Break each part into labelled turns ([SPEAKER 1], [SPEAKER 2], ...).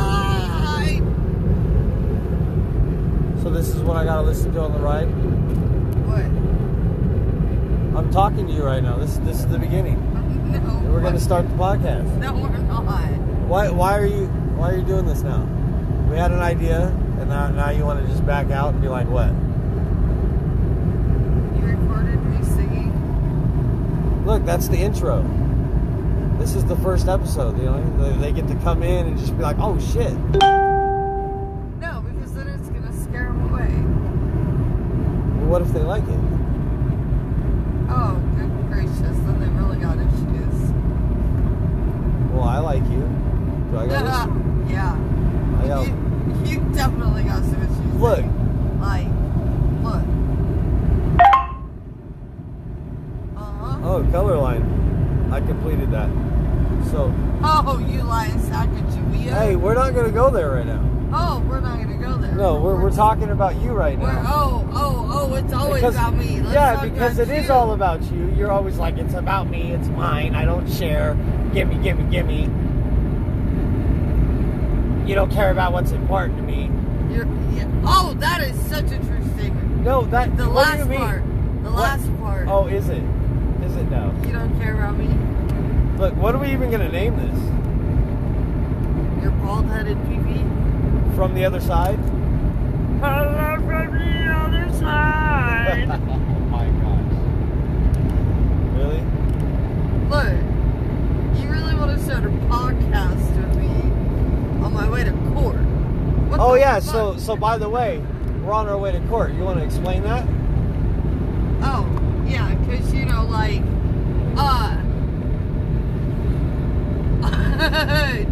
[SPEAKER 1] side.
[SPEAKER 2] So this is what I gotta listen to on the ride.
[SPEAKER 1] What?
[SPEAKER 2] I'm talking to you right now. This this is the beginning.
[SPEAKER 1] No.
[SPEAKER 2] We're gonna start the podcast.
[SPEAKER 1] No, we're not.
[SPEAKER 2] Why why are you why are you doing this now? We had an idea, and now, now you want to just back out and be like, what?
[SPEAKER 1] You recorded me singing.
[SPEAKER 2] Look, that's the intro. This is the first episode. You know, they, they get to come in and just be like, oh shit.
[SPEAKER 1] No, because then it's gonna scare them away.
[SPEAKER 2] Well, what if they like it?
[SPEAKER 1] Oh, good gracious! Then they really got issues.
[SPEAKER 2] Well, I like you. Do I got this?
[SPEAKER 1] yeah.
[SPEAKER 2] I got.
[SPEAKER 1] You, you definitely got some issues.
[SPEAKER 2] Look,
[SPEAKER 1] Like, look. Uh huh.
[SPEAKER 2] oh, color line. I completed that. So,
[SPEAKER 1] Oh, you lying sack of Judea.
[SPEAKER 2] hey, we're not gonna go there right now.
[SPEAKER 1] Oh, we're not gonna go there.
[SPEAKER 2] No, we're, we're talking about you right
[SPEAKER 1] We're,
[SPEAKER 2] now.
[SPEAKER 1] oh, oh, oh, it's always
[SPEAKER 2] Because-
[SPEAKER 1] about me. Let's
[SPEAKER 2] yeah,
[SPEAKER 1] talk
[SPEAKER 2] because it
[SPEAKER 1] about
[SPEAKER 2] is
[SPEAKER 1] you.
[SPEAKER 2] all about you. You're always like, it's about me, it's mine, I don't share. Gimme, gimme, gimme. You don't care about what's important to me.
[SPEAKER 1] You're, yeah. Oh, that is such a true statement.
[SPEAKER 2] No, that.
[SPEAKER 1] The
[SPEAKER 2] what do
[SPEAKER 1] last
[SPEAKER 2] you mean?
[SPEAKER 1] part. The
[SPEAKER 2] What?
[SPEAKER 1] last part.
[SPEAKER 2] Oh, is it? Is it now?
[SPEAKER 1] You don't care about me?
[SPEAKER 2] Look, what are we even gonna name this?
[SPEAKER 1] You're bald headed pee
[SPEAKER 2] From the other side?
[SPEAKER 1] Hello from the other side.
[SPEAKER 2] Oh my gosh. Really?
[SPEAKER 1] look, you really want to start a podcast with me on my way to court. What
[SPEAKER 2] Oh
[SPEAKER 1] the
[SPEAKER 2] yeah.
[SPEAKER 1] fuck?
[SPEAKER 2] So so by the way, we're on our way to court. You want to explain that?
[SPEAKER 1] Oh, yeah, because, you know, like, uh. Do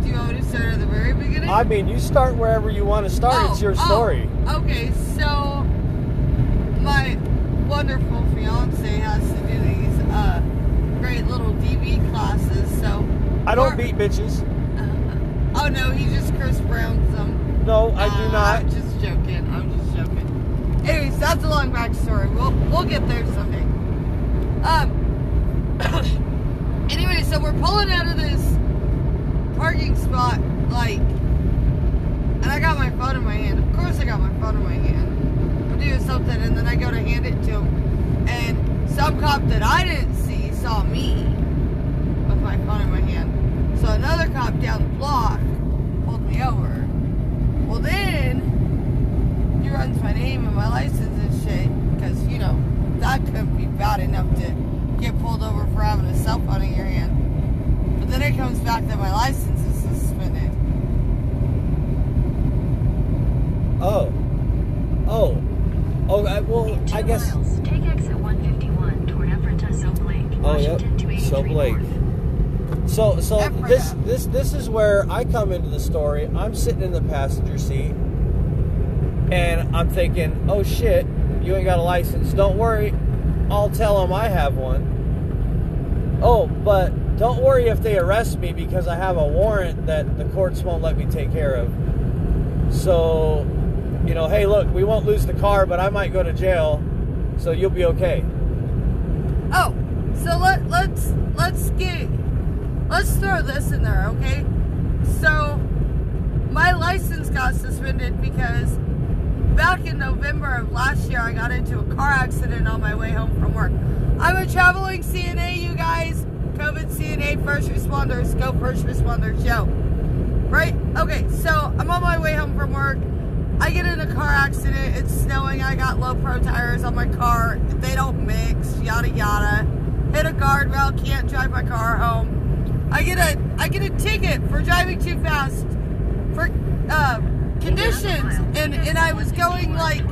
[SPEAKER 1] you want me to start at the very beginning? Oh,
[SPEAKER 2] I mean, you start wherever you want to start.
[SPEAKER 3] Oh,
[SPEAKER 2] it's your story.
[SPEAKER 1] Okay, so my wonderful fiance has to do these uh, great little DB classes. So
[SPEAKER 2] I don't
[SPEAKER 1] we're-
[SPEAKER 2] beat bitches.
[SPEAKER 1] oh no, he just Chris Brown's them.
[SPEAKER 2] No, I
[SPEAKER 3] Uh,
[SPEAKER 2] do not.
[SPEAKER 1] Uh, I'm just joking. I'm just joking. Anyways, that's a long backstory. We'll we'll get there someday. Um. anyway, so we're pulling out of this parking spot, like, and I got my phone in my hand. Of course, I got my phone in my hand. I'm doing something, and then I go to hand it to him, and some cop that I didn't see saw me with my phone in my hand. So another cop down the block pulled me over. Well, then he runs my name and my license and shit, because you know that couldn't be bad enough to get pulled over for having a cell phone in your hand. But then it comes back that my license is suspended.
[SPEAKER 2] Oh, oh, oh. I, well,
[SPEAKER 3] In two
[SPEAKER 2] I guess.
[SPEAKER 3] miles, take exit 151 toward Ephrata, Soap Lake,
[SPEAKER 2] Oh, yep.
[SPEAKER 3] Washington 283
[SPEAKER 2] Soap Lake.
[SPEAKER 3] North.
[SPEAKER 2] So so
[SPEAKER 1] Effort
[SPEAKER 2] this
[SPEAKER 1] up.
[SPEAKER 2] this this is where I come into the story. I'm sitting in the passenger seat and I'm thinking, "Oh shit, you ain't got a license. Don't worry. I'll tell them I have one." Oh, but don't worry if they arrest me because I have a warrant that the courts won't let me take care of. So, you know, hey, look, we won't lose the car, but I might go to jail. So you'll be okay.
[SPEAKER 1] Oh, so let let's let's get let's throw this in there, okay? So my license got suspended because back in November of last year I got into a car accident on my way home from work. I'm a traveling CNA, you guys. COVID CNA first responders, go first responders, yo. Right? Okay, so I'm on my way home from work. I get in a car accident. It's snowing. I got low pro tires on my car. They don't mix. Yada yada. Hit a guardrail. Can't drive my car home. I get a I get a ticket for driving too fast for uh, conditions, and and I was going like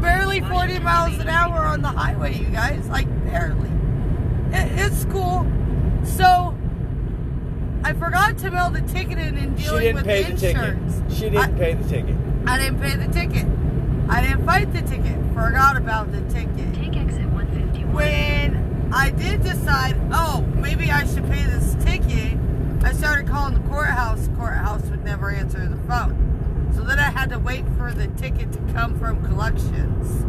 [SPEAKER 1] barely 40 miles an hour on the highway, you guys. Like, barely. It, it's cool. So, I forgot to mail the ticket in and
[SPEAKER 2] She
[SPEAKER 1] dealing
[SPEAKER 2] didn't
[SPEAKER 1] with
[SPEAKER 2] pay
[SPEAKER 1] the
[SPEAKER 2] the ticket.
[SPEAKER 1] insurance.
[SPEAKER 2] She didn't
[SPEAKER 1] I,
[SPEAKER 2] pay the ticket.
[SPEAKER 1] I didn't pay the ticket. I didn't fight the ticket. Forgot about the ticket.
[SPEAKER 3] Take exit 151.
[SPEAKER 1] When I did decide, oh, maybe I should pay this ticket, I started calling the courthouse. Courthouse would never answer the phone. So then I had to wait for the ticket to come from collections.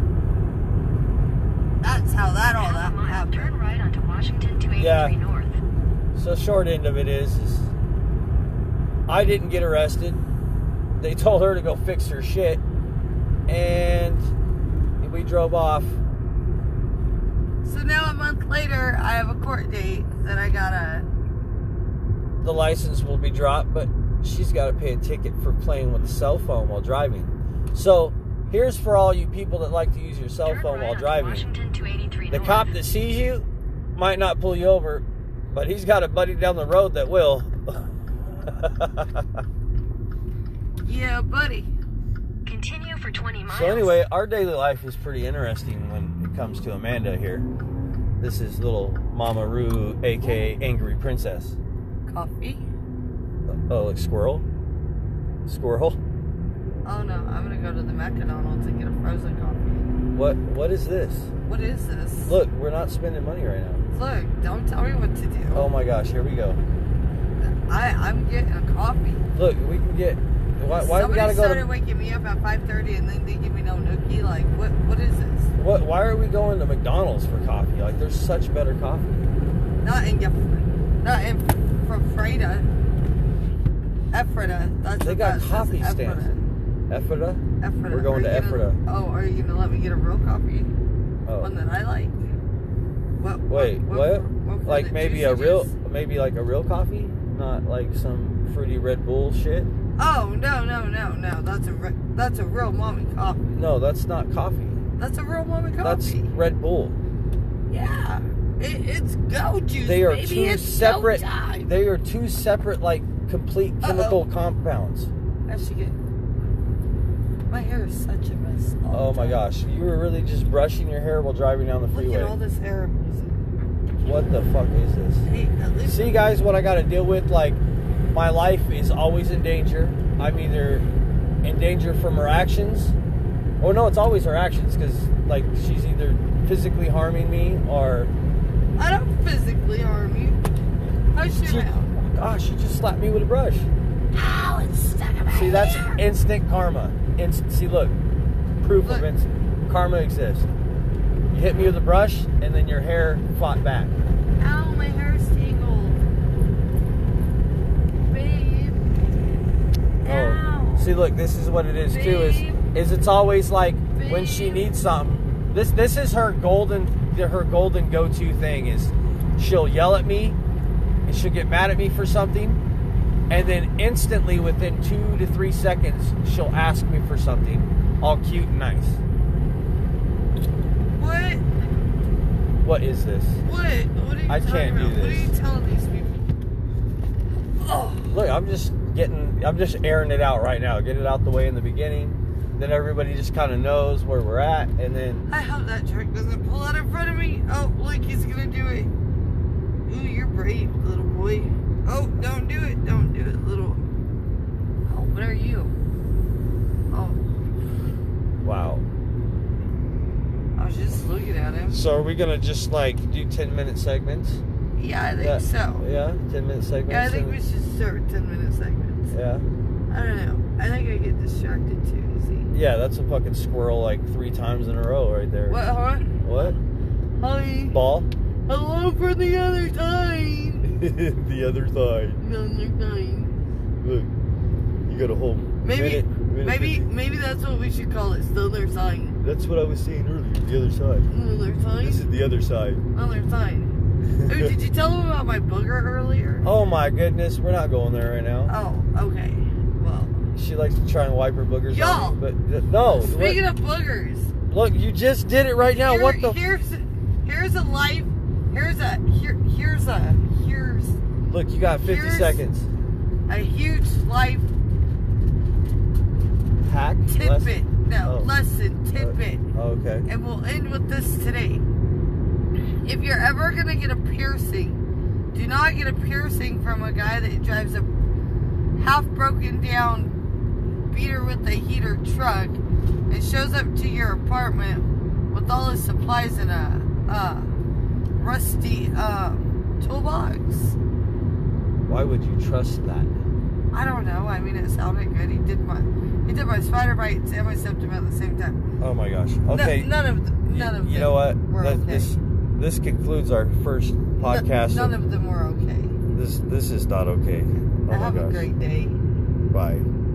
[SPEAKER 1] That's how that all
[SPEAKER 3] Half a
[SPEAKER 1] that
[SPEAKER 3] mile,
[SPEAKER 1] happened.
[SPEAKER 3] Turn right onto Washington 283
[SPEAKER 2] Yeah.
[SPEAKER 3] North.
[SPEAKER 2] So short end of it is, is I didn't get arrested. They told her to go fix her shit. And we drove off.
[SPEAKER 1] So now a month later, I have a court date that I gotta.
[SPEAKER 2] The license will be dropped, but she's got to pay a ticket for playing with a cell phone while driving. So here's for all you people that like to use your cell
[SPEAKER 3] Turn
[SPEAKER 2] phone
[SPEAKER 3] right
[SPEAKER 2] while
[SPEAKER 3] onto
[SPEAKER 2] driving.
[SPEAKER 3] Washington 283
[SPEAKER 2] The
[SPEAKER 3] north.
[SPEAKER 2] cop that sees you might not pull you over, but he's got a buddy down the road that will.
[SPEAKER 1] Yeah, buddy.
[SPEAKER 3] Continue for 20 miles.
[SPEAKER 2] so anyway, our daily life is pretty interesting when it comes to Amanda here. This is little Mama Roo, aka Angry Princess.
[SPEAKER 1] Coffee?
[SPEAKER 2] Oh, like squirrel, squirrel.
[SPEAKER 1] Oh no, I'm gonna go to the McDonald's and get a frozen coffee.
[SPEAKER 2] What? What is this?
[SPEAKER 1] What is this?
[SPEAKER 2] Look, we're not spending money right now.
[SPEAKER 1] Look, don't tell me what to do.
[SPEAKER 2] Oh my gosh, here we go.
[SPEAKER 1] I, I'm getting a coffee.
[SPEAKER 2] Look, we can get. Why, why we
[SPEAKER 1] Somebody
[SPEAKER 2] gotta go
[SPEAKER 1] started
[SPEAKER 2] to?
[SPEAKER 1] waking me up at 5:30, and then they give me no nookie. Like, what? What is this?
[SPEAKER 2] What, why are we going to McDonald's for coffee? Like, there's such better coffee.
[SPEAKER 1] Not in Gef- not in from Freda. Ephrata. That's
[SPEAKER 2] They
[SPEAKER 1] what
[SPEAKER 2] got
[SPEAKER 1] that says,
[SPEAKER 2] coffee
[SPEAKER 1] Ephrata.
[SPEAKER 2] stands. Ephrata?
[SPEAKER 1] Ephrata.
[SPEAKER 2] We're going
[SPEAKER 1] Are
[SPEAKER 2] to
[SPEAKER 1] you gonna-
[SPEAKER 2] Ephrata.
[SPEAKER 1] Oh, are you gonna let me get a real coffee? One
[SPEAKER 2] Oh,
[SPEAKER 1] that I like. What?
[SPEAKER 2] wait, what?
[SPEAKER 1] what for
[SPEAKER 2] Like
[SPEAKER 1] the
[SPEAKER 2] maybe
[SPEAKER 1] juicy
[SPEAKER 2] a real,
[SPEAKER 1] juice?
[SPEAKER 2] maybe like a real coffee, not like some fruity Red Bull shit.
[SPEAKER 1] Oh no no no no! That's a re- that's a real mommy coffee.
[SPEAKER 2] No, that's not coffee.
[SPEAKER 1] That's a real mommy
[SPEAKER 2] That's
[SPEAKER 1] coffee.
[SPEAKER 2] Red Bull.
[SPEAKER 1] yeah. It, it's go juice.
[SPEAKER 2] They are
[SPEAKER 1] baby.
[SPEAKER 2] two
[SPEAKER 1] it's
[SPEAKER 2] separate.
[SPEAKER 1] Go time.
[SPEAKER 2] They are two separate, like complete chemical compounds.
[SPEAKER 1] I should get. My hair is such a mess. all
[SPEAKER 2] Oh
[SPEAKER 1] the
[SPEAKER 2] my
[SPEAKER 1] time.
[SPEAKER 2] gosh, you were really just brushing your hair while driving down the
[SPEAKER 1] Look
[SPEAKER 2] freeway.
[SPEAKER 1] at all this hair.
[SPEAKER 2] What the fuck is this?
[SPEAKER 1] Hey, at least
[SPEAKER 2] See, guys, what I got to deal with? Like, my life is always in danger. I'm either in danger from her actions, or no, it's always her actions because, like, she's either physically harming me or.
[SPEAKER 1] I don't physically harm you. I should
[SPEAKER 2] She,
[SPEAKER 1] have.
[SPEAKER 2] gosh, she just slapped me with a brush.
[SPEAKER 1] Ow, it's stuck in my
[SPEAKER 2] See, that's
[SPEAKER 1] hair.
[SPEAKER 2] instant karma. Inst- see, look, proof of
[SPEAKER 1] Look.
[SPEAKER 2] instant karma exists. You hit me with a brush, and then your hair fought back.
[SPEAKER 1] Ow, my hair's tangled. Babe. Ow.
[SPEAKER 2] Oh, see, look, this is what it is too. Is
[SPEAKER 1] Babe.
[SPEAKER 2] is it's always like when she
[SPEAKER 1] Babe.
[SPEAKER 2] needs something. This this is her golden her golden go to thing is she'll yell at me and she'll get mad at me for something, and then instantly within two to three seconds she'll ask me for something, all cute and nice.
[SPEAKER 1] What?
[SPEAKER 2] What is this?
[SPEAKER 1] What? What are you
[SPEAKER 2] I
[SPEAKER 1] talking
[SPEAKER 2] can't do
[SPEAKER 1] about? What are
[SPEAKER 2] this.
[SPEAKER 1] you telling these people? Oh,
[SPEAKER 2] Look, I'm just getting I'm just airing it out right now. Get it out the way in the beginning. Then everybody just kind of knows where we're at, and then
[SPEAKER 1] I hope that truck doesn't pull out in front of me. Oh, look, he's gonna do it. Ooh, you're brave, little boy. Oh, don't do it. Don't do it, little. Oh, what are you? Oh,
[SPEAKER 2] wow.
[SPEAKER 1] I was just looking at him.
[SPEAKER 2] So are we gonna just like do ten minute segments?
[SPEAKER 1] Yeah, I think
[SPEAKER 2] Yeah.
[SPEAKER 1] so.
[SPEAKER 2] Yeah, ten minute segments.
[SPEAKER 1] Yeah, I think
[SPEAKER 2] and-
[SPEAKER 1] we should start 10 minute segments.
[SPEAKER 2] Yeah,
[SPEAKER 1] I don't know. I think I get distracted too easy.
[SPEAKER 2] yeah. That's a fucking squirrel like three times in a row right there.
[SPEAKER 1] What, huh?
[SPEAKER 2] What?
[SPEAKER 1] Hi.
[SPEAKER 2] Ball?
[SPEAKER 1] Hello for the other time.
[SPEAKER 2] the other side.
[SPEAKER 1] The other time.
[SPEAKER 2] Look, you got a whole
[SPEAKER 1] Maybe,
[SPEAKER 2] minute- minute
[SPEAKER 1] maybe,
[SPEAKER 2] 50.
[SPEAKER 1] maybe that's what we should call it. The other sign.
[SPEAKER 2] That's what I was saying earlier. The other side.
[SPEAKER 1] The other sign.
[SPEAKER 2] the other side.
[SPEAKER 1] Other sign. Oh, did you tell him about my booger earlier?
[SPEAKER 2] oh my goodness, we're not going there right now.
[SPEAKER 1] Oh, okay. Well,
[SPEAKER 2] She likes to try and wipe her boogers. on
[SPEAKER 1] Oh. Y'all.
[SPEAKER 2] me, but th- no.
[SPEAKER 1] speaking of boogers.
[SPEAKER 2] what- look, you just did it right now.
[SPEAKER 1] Here-
[SPEAKER 2] what the?
[SPEAKER 1] Here's here's a life. Here's a here here's a here's
[SPEAKER 2] look, you got fifty
[SPEAKER 1] here's-
[SPEAKER 2] seconds.
[SPEAKER 1] a huge life
[SPEAKER 2] Hack.
[SPEAKER 1] tidbit.
[SPEAKER 2] Lesson.
[SPEAKER 1] No,
[SPEAKER 2] oh.
[SPEAKER 1] lesson tidbit.
[SPEAKER 2] Okay.
[SPEAKER 1] and we'll end with this today. If you're ever gonna get a piercing, do not get a piercing from a guy that drives a half broken down beater with a heater truck and shows up to your apartment with all his supplies in a uh, rusty um, toolbox.
[SPEAKER 2] Why would you trust that?
[SPEAKER 1] I don't know. I mean, it sounded good. He did my he did my spider bites and my septum at the same time.
[SPEAKER 2] Oh my gosh.
[SPEAKER 1] No-
[SPEAKER 2] Okay.
[SPEAKER 1] none of th-
[SPEAKER 2] you-
[SPEAKER 1] none of
[SPEAKER 2] you,
[SPEAKER 1] them
[SPEAKER 2] know what?
[SPEAKER 1] Were
[SPEAKER 2] That-
[SPEAKER 1] okay.
[SPEAKER 2] This this concludes our first
[SPEAKER 1] N-
[SPEAKER 2] podcast.
[SPEAKER 1] none of them were okay.
[SPEAKER 2] this this is not okay. Oh
[SPEAKER 1] Have
[SPEAKER 2] my
[SPEAKER 1] a
[SPEAKER 2] gosh.
[SPEAKER 1] great day.
[SPEAKER 2] Bye.